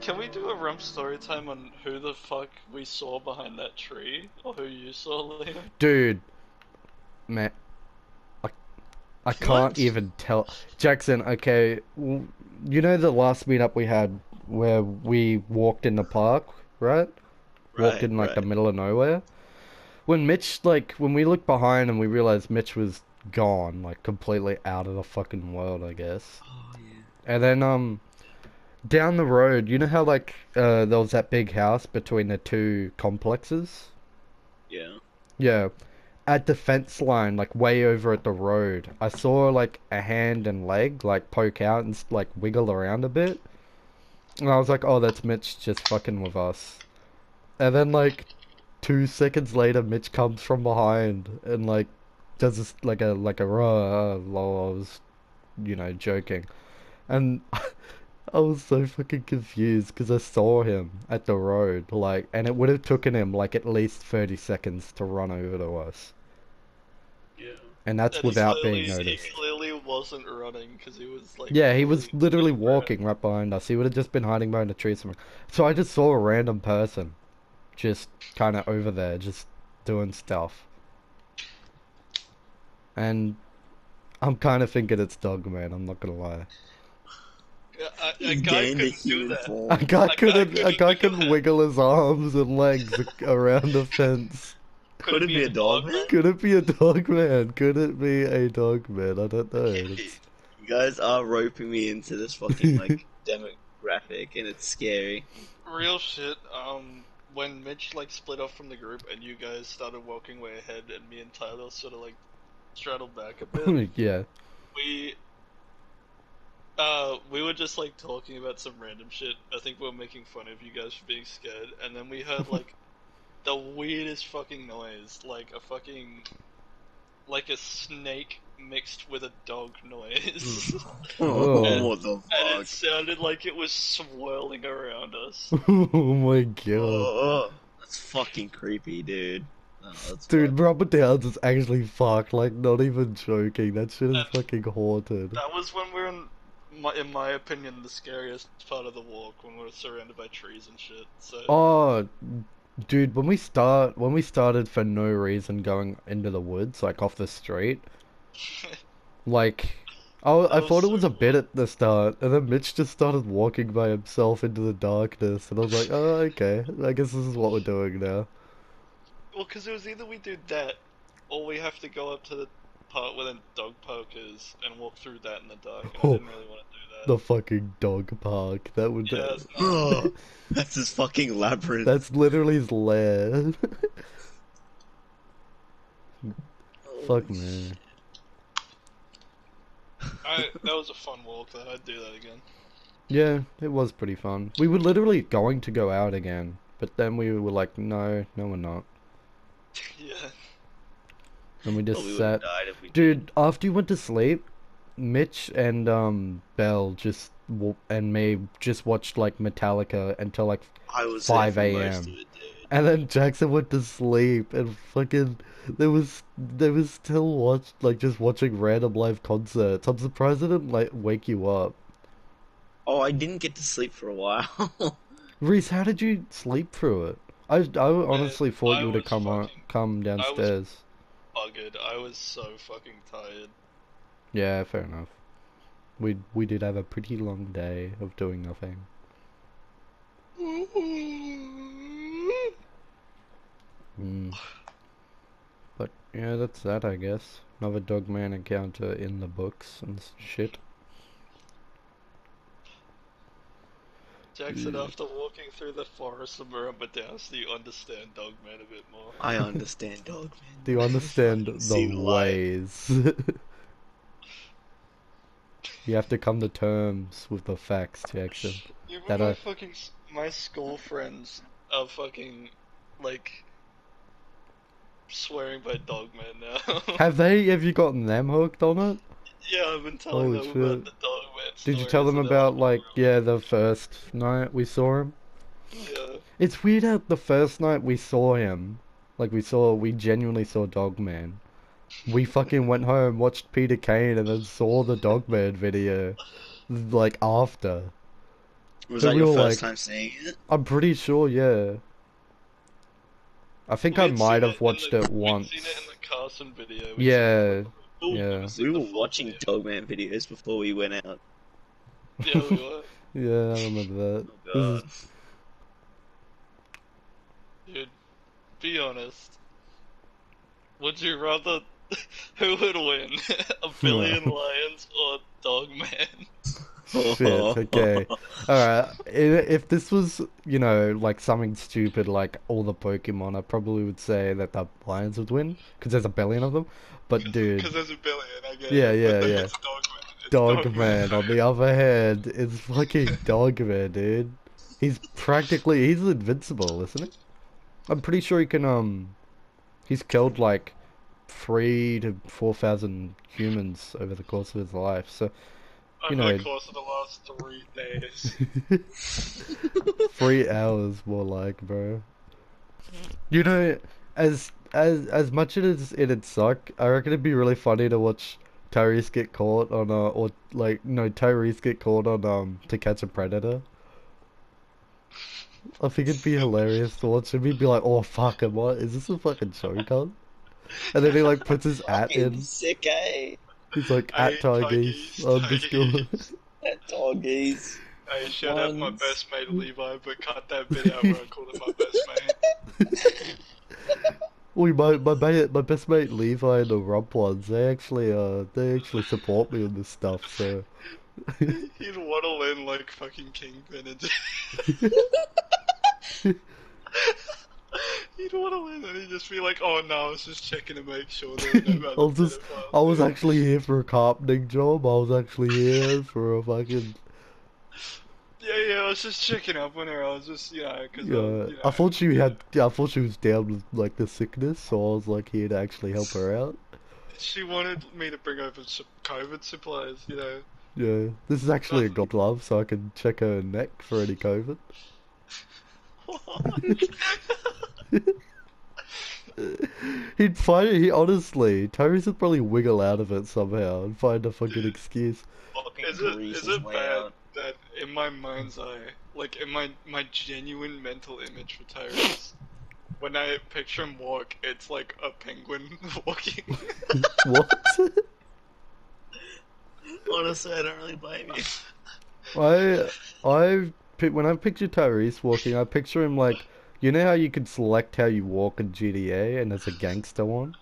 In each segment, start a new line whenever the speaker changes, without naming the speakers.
Can we do a rump story time on who the fuck we saw behind that tree? Or who you saw, Liam?
Dude, Matt, I, I can't
What?
even tell. Jackson, okay, w- you know the last meetup we had where we walked in the park, right? Walked in like the middle of nowhere. When Mitch, like, when we looked behind and we realized Mitch was gone, like, completely out of the fucking world, I guess.
Oh yeah.
And then, um, down the road, you know how, like, uh, there was that big house between the two complexes?
Yeah.
Yeah. At the fence line, like way over at the road, I saw like a hand and leg like poke out and s- like wiggle around a bit. And I was like, oh, that's Mitch just fucking with us. And then like two seconds later, Mitch comes from behind and like does this like a like a raw lol. I was, you know, joking, and I was so fucking confused because I saw him at the road, like, and it would have taken him like at least thirty seconds to run over to us,
Yeah.
and that's
And he
without
clearly-
being noticed.
He clearly wasn't running because he was like.
Yeah, he was
really
literally
running around.
walking right behind us. He would have just been hiding behind a tree somewhere. So I just saw a random person, just kind of over there, just doing stuff. And I'm kind of thinking it's Dogman. I'm not gonna lie.
Yeah, a- a
He's
guy
gained a
couldn't do
human
that.
A
form.
guy
That guy
couldn't. A
couldn't
guy
do
couldn't
that.
wiggle his arms and legs ac- around the fence.
Could it be a dog man?
Could it be a dog man? Could it be a dog man? I don't know. It's-
You guys are roping me into this fucking like demographic, and it's scary.
Real shit. Um, when Mitch like split off from the group and you guys started walking way ahead, and me and Tyler sort of like straddled back a bit,
yeah.
we. Uh, we were just like talking about some random shit. I think we were making fun of you guys for being scared, and then we heard like the weirdest fucking noise, like a fucking, like a snake mixed with a dog noise.
Oh.
what the
And
fuck?
it sounded like it was swirling around us.
oh my god.
Oh, that's fucking creepy, dude. No, that's
Dude, Robert Downs is actually fucked. Like, not even joking. That shit is fucking haunted.
That was when we were in, my, in my opinion, the scariest part of the walk when we were surrounded by trees and shit. So
Oh, dude, when we start, when we started for no reason going into the woods, like off the street, like, I, w-
That
I
was
thought it
so
was a
cool.
bit at the start, and then Mitch just started walking by himself into the darkness, and I was like, oh, okay, I guess this is what we're doing now.
well, because it was either we do that, or we have to go up to the part where the dog park is and walk through that in the dark. And I
Oh.
didn't really want to do
The fucking dog park. That would.
that. Yeah, it's not-
Oh, that's his fucking labyrinth.
That's literally his lair. Fuck me.
I, that was a fun walk. Though I'd do that again.
Yeah, it was pretty fun. We were literally going to go out again, but then we were like, no, no, we're not.
yeah.
And we just
Well, we would
sat.
have died if we
Dude, after you went to sleep, Mitch and um Bell just w- and me just watched like Metallica until like,
I was
5
5 a.m.
a.m.. and then Jackson went to sleep and fucking there was there was still watch like just watching random live concerts. I'm surprised it didn't like wake you up.
Oh, I didn't get to sleep for a while.
Reese, how did you sleep through it? I, I honestly thought
I
you would have
was
come on,
fucking-
come downstairs.
Buggered. I was so fucking tired.
Yeah, fair enough. We we did have a pretty long day of doing nothing. Mm. But yeah, that's that, I guess. Another Dogman encounter in the books and s- shit.
Jackson,
Yeah.
after walking through the forest of Murumbadows, you understand Dogman a bit more.
I understand, dog man.
Do you understand
See
the
the light.
ways? you have to come to terms with the facts, Jackson.
You
That
were my
I-
fucking s- my school friends are fucking like swearing by Dogman now.
Have they? Have you gotten them hooked on it?
yeah, I've been telling
Holy
them about
shit.
the Dogman.
Did you
stories
tell them
and they're
about like yeah the first night we saw him?
Yeah.
It's weird how the first night we saw him, like we saw we genuinely saw Dogman. We fucking went home, watched Peter Kane, and then saw the Dogman video, like after.
Was
So
that
we
your
were
first
like-
time seeing it?
I'm pretty sure, yeah. I think
We
I
had seen
might
in
have
the-
watched
we'd
it once.
Seen it in the Carson video. which-
Yeah,
Oh, we've
yeah.
never seen
We
the
were
full
watching
video.
Dogman videos before we went out.
Yeah, we were.
yeah, I remember that.
Oh,
This is-
God.
Dude, be honest. Would you rather who would win, a billion lions or Dogman?
Shit, okay. Alright, i- if this was, you know, like something stupid like all the Pokemon, I probably would say that the Lions would win, because there's a billion of them. But
Because
dude,
there's a billion, I guess.
Yeah, yeah, yeah.
It's Dogman. It's
Dogman on the other hand is fucking Dogman, dude. He's practically, he's invincible, isn't he? I'm pretty sure he can, um, he's killed like three to four thousand humans over the course of his life, so
Over
you know-
the course of the last three days.
Three hours more like, bro. You know, as as as much as it'd suck, I reckon it'd be really funny to watch Tyrese get caught on a or like no Tyrese get caught on um to catch a predator. I think it'd be hilarious to watch him. He'd be like, "Oh fuck, am I? Is this a fucking Shogun?" And then he like puts his at in.
Sick, eh?
He's like
I
at
hate
Tyrese
Tyrese,
underscore.
Tyrese.
That doggies.
I shout out my
Ones.
best mate Levi, but cut that bit out where I called him my best mate.
Well, my my mate, my best mate Levi and the Rump ones, they actually uh they actually support me on this stuff. So
He'd waddle in like fucking Kingpin and just... He'd waddle in and he'd just be like, oh no, I was just checking to make sure there were no
I was just I was actually here for a carpeting job. I was actually here for a fucking
Yeah, yeah, I was just checking up on her, I was just, you know, because um,
yeah.
you know,
I thought she had I thought she was down with like the sickness, so I was like here to actually help her out.
she wanted me to bring over su- COVID supplies, you know.
Yeah, this is actually a god glove, so I can check her neck for any COVID. He'd find he honestly Tyrese would probably wiggle out of it somehow and find a fucking excuse.
Fucking
is it,
grease
is
his
it
way
bad
out.
that in my mind's eye, like in my my genuine mental image for Tyrese, when I picture him walk, it's like a penguin walking.
What?
Honestly, I don't really blame you.
I I pi- when I picture Tyrese walking, I picture him like you know how you can select how you walk in GTA and there's a gangster one.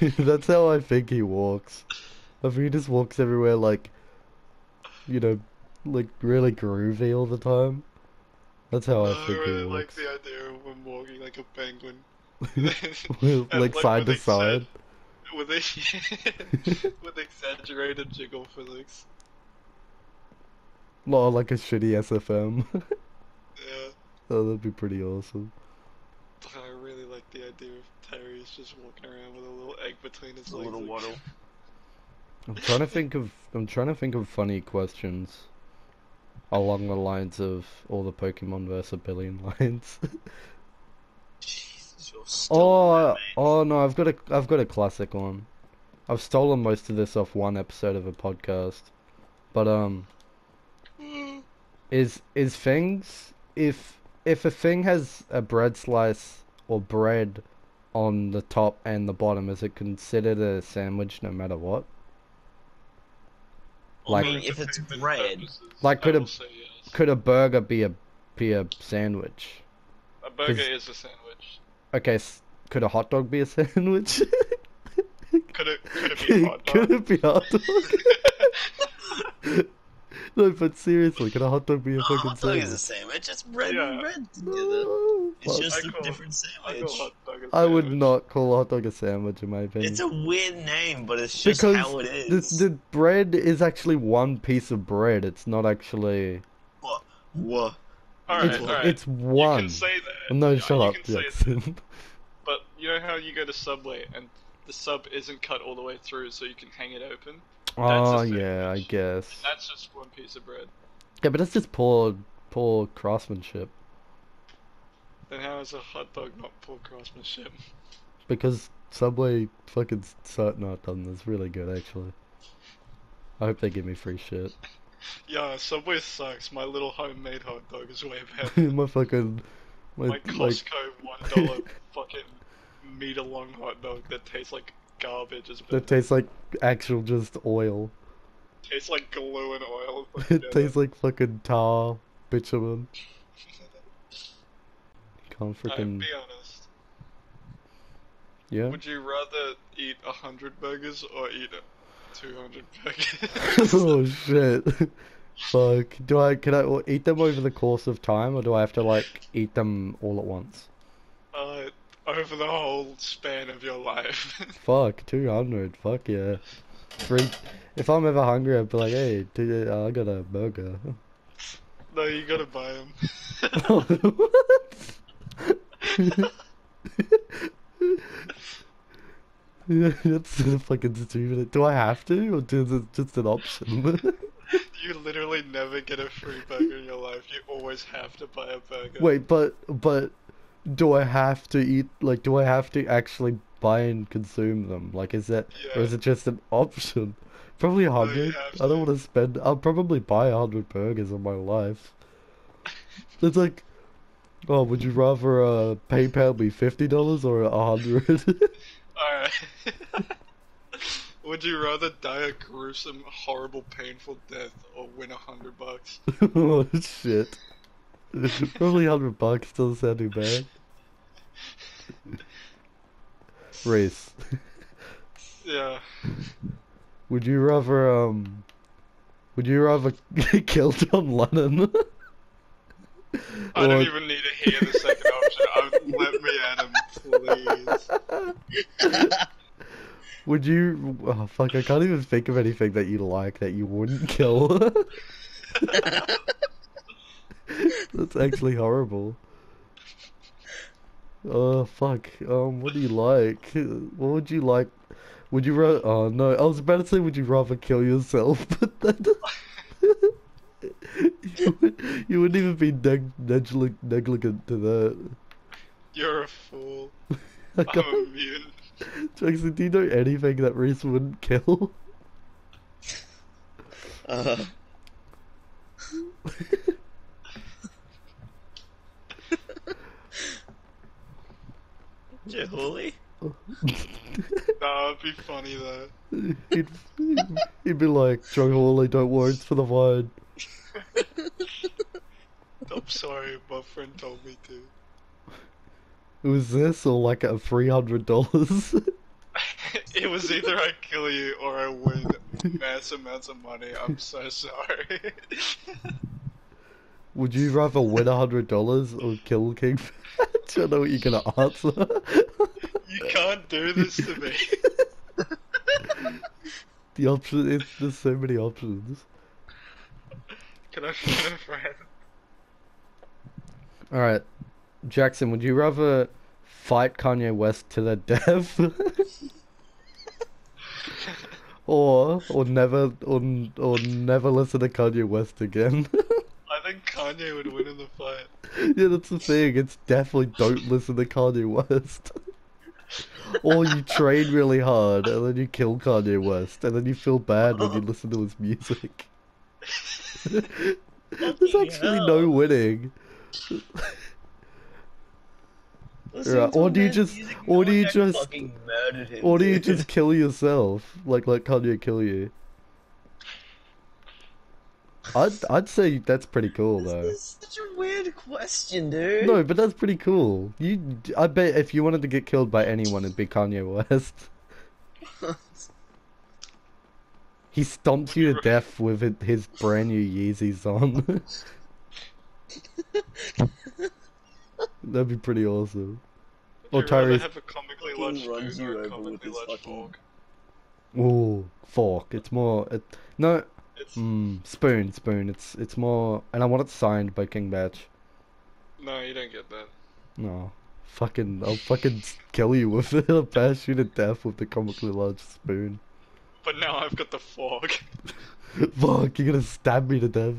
That's how I think he walks. I think he just walks everywhere like you know, like really groovy all the time. That's how
Oh,
I
I
think
Oh, really
he
like
walks.
the idea of him walking like a penguin.
With,
And,
like
with
side to
exa-
side.
With, ex- with exaggerated jiggle physics.
Not like a shitty SFM.
Yeah.
oh, that'd be pretty awesome.
I really like the idea of Tyrese just walking around with a little egg between his
A
legs.
little
like,
waddle.
I'm trying to think of I'm trying to think of funny questions along the lines of all the Pokemon versus a billion lines.
Jesus, you're still
oh,
mad,
oh no, I've got a I've got a classic one. I've stolen most of this off one episode of a podcast. But um is is things if if a thing has a bread slice or bread on the top and the bottom, is it considered a sandwich no matter what?
mate.
Like-
I mean, if it's bread,
Like, could
I
a-
will say yes.
Could a burger be a be a sandwich?
A burger
does-
is a sandwich.
Okay, s- could a hot dog be a sandwich?
Could it? Could it be a hot
could
dog?
it be a hot dog? no, but seriously, can a hot dog be a
a
fucking
hot dog
sandwich?
is a sandwich. It's bread
Yeah.
and bread together.
Oh,
It's
fuck.
just
I
a
call-
different
I call
sandwich.
hot dog a
I would
sandwich.
not call a hot dog a sandwich in my opinion.
It's a weird name, but it's just
Because
how it is.
The, the bread is actually one piece of bread. It's not actually.
Wha-
All right,
it's,
all right.
it's
You
one. Oh,
can say that.
no,
Yeah,
shut
you
up,
can say that.
Jackson.
But you know how you go to Subway and the sub isn't cut all the way through, so you can hang it open.
oh
sandwich.
yeah, I guess.
That's just one piece of bread.
Yeah, but that's just poor, poor craftsmanship.
Then how is a hot dog not poor craftsmanship?
Because Subway fucking s- so- no, I've done this really good actually. I hope they give me free shit.
Yeah, Subway sucks. My little homemade hot dog is way better.
my fucking. My,
My
like,
Costco one dollar fucking meter long hot dog that tastes like garbage is better.
that tastes like actual just oil.
tastes like glue and oil. put
it
together.
tastes like fucking tar, bitumen. Can't
Alright,
freaking.
be honest.
Yeah.
uh, Would you rather eat a hundred burgers or eat two hundred burgers?
oh shit. Fuck. Do I can I well, eat them over the course of time, or do I have to like eat them all at once?
uh, over the whole span of your life.
Fuck, two hundred. Fuck yeah. Three. If I'm ever hungry, I'd be like, hey, dude, I got a burger.
no, you gotta buy them.
what? That's so fucking stupid. Do I have to, or is it just an option?
you literally never get a free burger in your life. You always have to buy a burger.
Wait, but but do I have to eat like do I have to actually buy and consume them? Like is that or is
Yeah.
it just an option? Probably a
you
hundred.
have
I don't
to.
want to spend I'll probably buy a hundred burgers in my life. It's like oh, would you rather uh PayPal me fifty dollars or a hundred?
Alright. Would you rather die a gruesome, horrible, painful death or win a hundred bucks?
oh shit. Probably a hundred bucks doesn't sound too bad. Reese.
Yeah.
Would you rather um would you rather kill John Lennon?
I
Or-
don't even need to hear the second option. i let me at him, please.
Would you oh fuck, I can't even think of anything that you like that you wouldn't kill. That's actually horrible. Oh fuck. Um what do you like? What would you like? Would you rather oh no, I was about to say would you rather kill yourself, but that you, would, you wouldn't even be neg- negligent, negligent to that.
You're a fool.
I
I'm
can't-
immune.
Jackson, do you know anything that Reese wouldn't kill?
Uh, Holy?
Nah, it'd be funny though.
he'd, he'd be like, Joe Hawley, don't worry, it's for the vine.
I'm sorry, my friend told me to.
It was this or like a three hundred dollars.
It was either I kill you or I win mass amounts of money. I'm so sorry.
Would you rather win a hundred dollars or kill King Fat? I know what you're gonna answer.
you can't do this to me.
the option is there's so many options.
Can I find a friend?
Alright. Jackson, would you rather fight Kanye West to the death? or or never or, or never listen to Kanye West again?
I think Kanye would win in the fight.
yeah, that's the thing. It's definitely don't listen to Kanye West. or you train really hard and then you kill Kanye West and then you feel bad when you listen to his music. There's
Fucking
actually
hell.
no winning.
Listen
Right,
to
or do you
that
just-
music,
or
no
do
one
you
that
just-
fucking murdered him,
Or do you
dude.
just kill yourself? Like let Kanye kill you? I'd I'd say that's pretty cool
This
though.
is such a weird question, dude.
No, but that's pretty cool. You, I bet if you wanted to get killed by anyone, it'd be Kanye West. He stomps you to death with hi- his brand new Yeezys on. That'd be pretty awesome. Or
Would you rather
Tyrese-
have a comically
Fucking
large
runs
spoon
you
or a
over with
comically
his
large
fucking-
fork?
Ooh, fork. It's more. It, no,
It's
mm, spoon, spoon. It's it's more. And I want it signed by King Batch.
no, you don't get that.
No, fucking, I'll fucking kill you with it. I'll bash you to death with the comically large spoon.
But now I've got the fork.
Fuck, you're gonna stab me to death.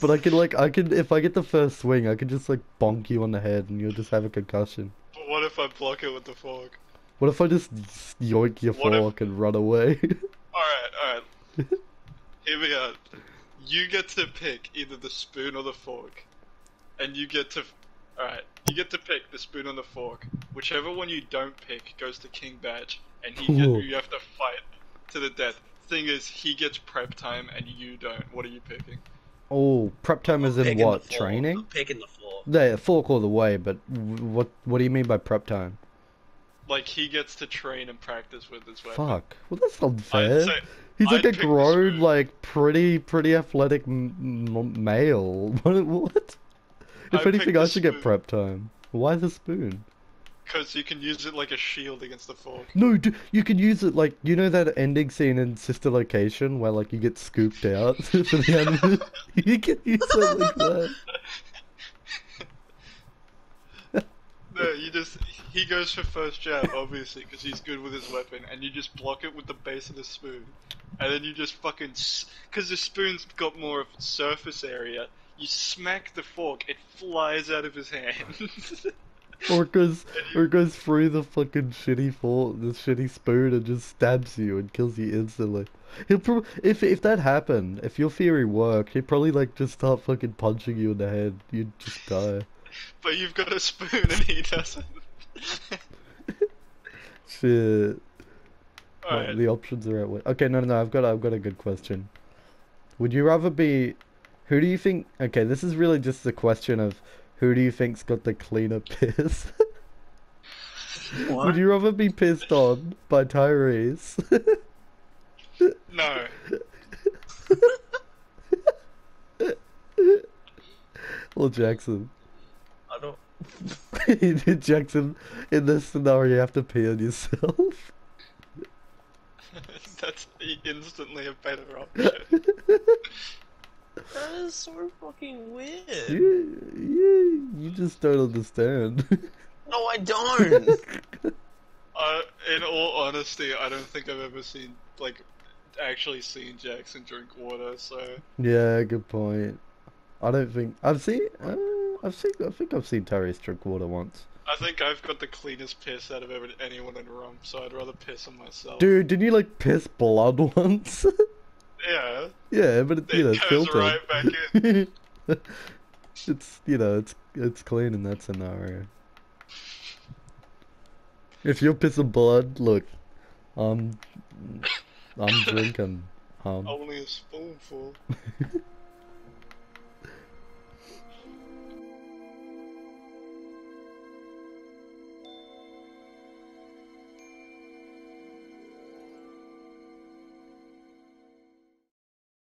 But I can like I can if I get the first swing, I can just like bonk you on the head and you'll just have a concussion.
But what if I block it with the fork?
What if I just yoink your
What if-
fork and run away?
All right, all right. Hear me out. you get to pick either the spoon or the fork, and you get to. Alright, you get to pick the spoon or the fork. Whichever one you don't pick goes to King Batch, and he get,
Cool.
you have to fight to the death. Thing is, he gets prep time and you don't. What are you picking?
Oh, prep time is in
Picking the
what?
fork.
Training?
Picking the floor.
The fork all the way, but w- what what do you mean by prep time?
Like, he gets to train and practice with his weapon.
Fuck. Well, that's not
I'd
fair.
say,
He's like
I'd
a
pick the
grown,
spoon.
like pretty, pretty athletic m- m- male. What? what? If
I'd pick
anything,
the
I should get
spoon.
prep time. Why the spoon?
because you can use it like a shield against the fork.
No, d you can use it like you know that ending scene in Sister Location where like you get scooped out for the end. you can use it like that.
No, you just. He goes for first jab, obviously, because he's good with his weapon, and you just block it with the base of the spoon. And then you just fucking. Because the spoon's got more of surface area, you smack the fork, it flies out of his hand.
Or it goes, or it goes through the fucking shitty fork, the shitty spoon, and just stabs you and kills you instantly. He'll prob- if if that happened, if your theory worked, he'd probably like just start fucking punching you in the head. You'd just die.
but you've got a spoon, and he doesn't.
Shit. Like,
Alright.
The options are out. Okay, no, no, no. I've got, I've got a good question. Would you rather be? Who do you think? Okay, this is really just the question of who do you think's got the cleaner piss? Would you rather be pissed on by Tyrese?
No.
Or Jackson.
I don't.
Jackson, in this scenario, you have to pee on yourself.
That's instantly a better option.
That is so fucking weird.
you, you, you just don't understand.
No, I don't.
Uh, in all honesty, I don't think I've ever seen like actually seen Jackson drink water. So
yeah, good point. I don't think I've seen. Uh, I've seen. I think I've seen Tyrese drink water once.
I think I've got the cleanest piss out of ever anyone in Rome. So I'd rather piss on myself.
Dude, didn't you like piss blood once?
yeah,
yeah, but it's,
it
you know,
goes
it's filtered.
right back in.
it's you know, it's it's clean in that scenario. If you're pissing blood, look, um, I'm drinking. Um,
Only a spoonful.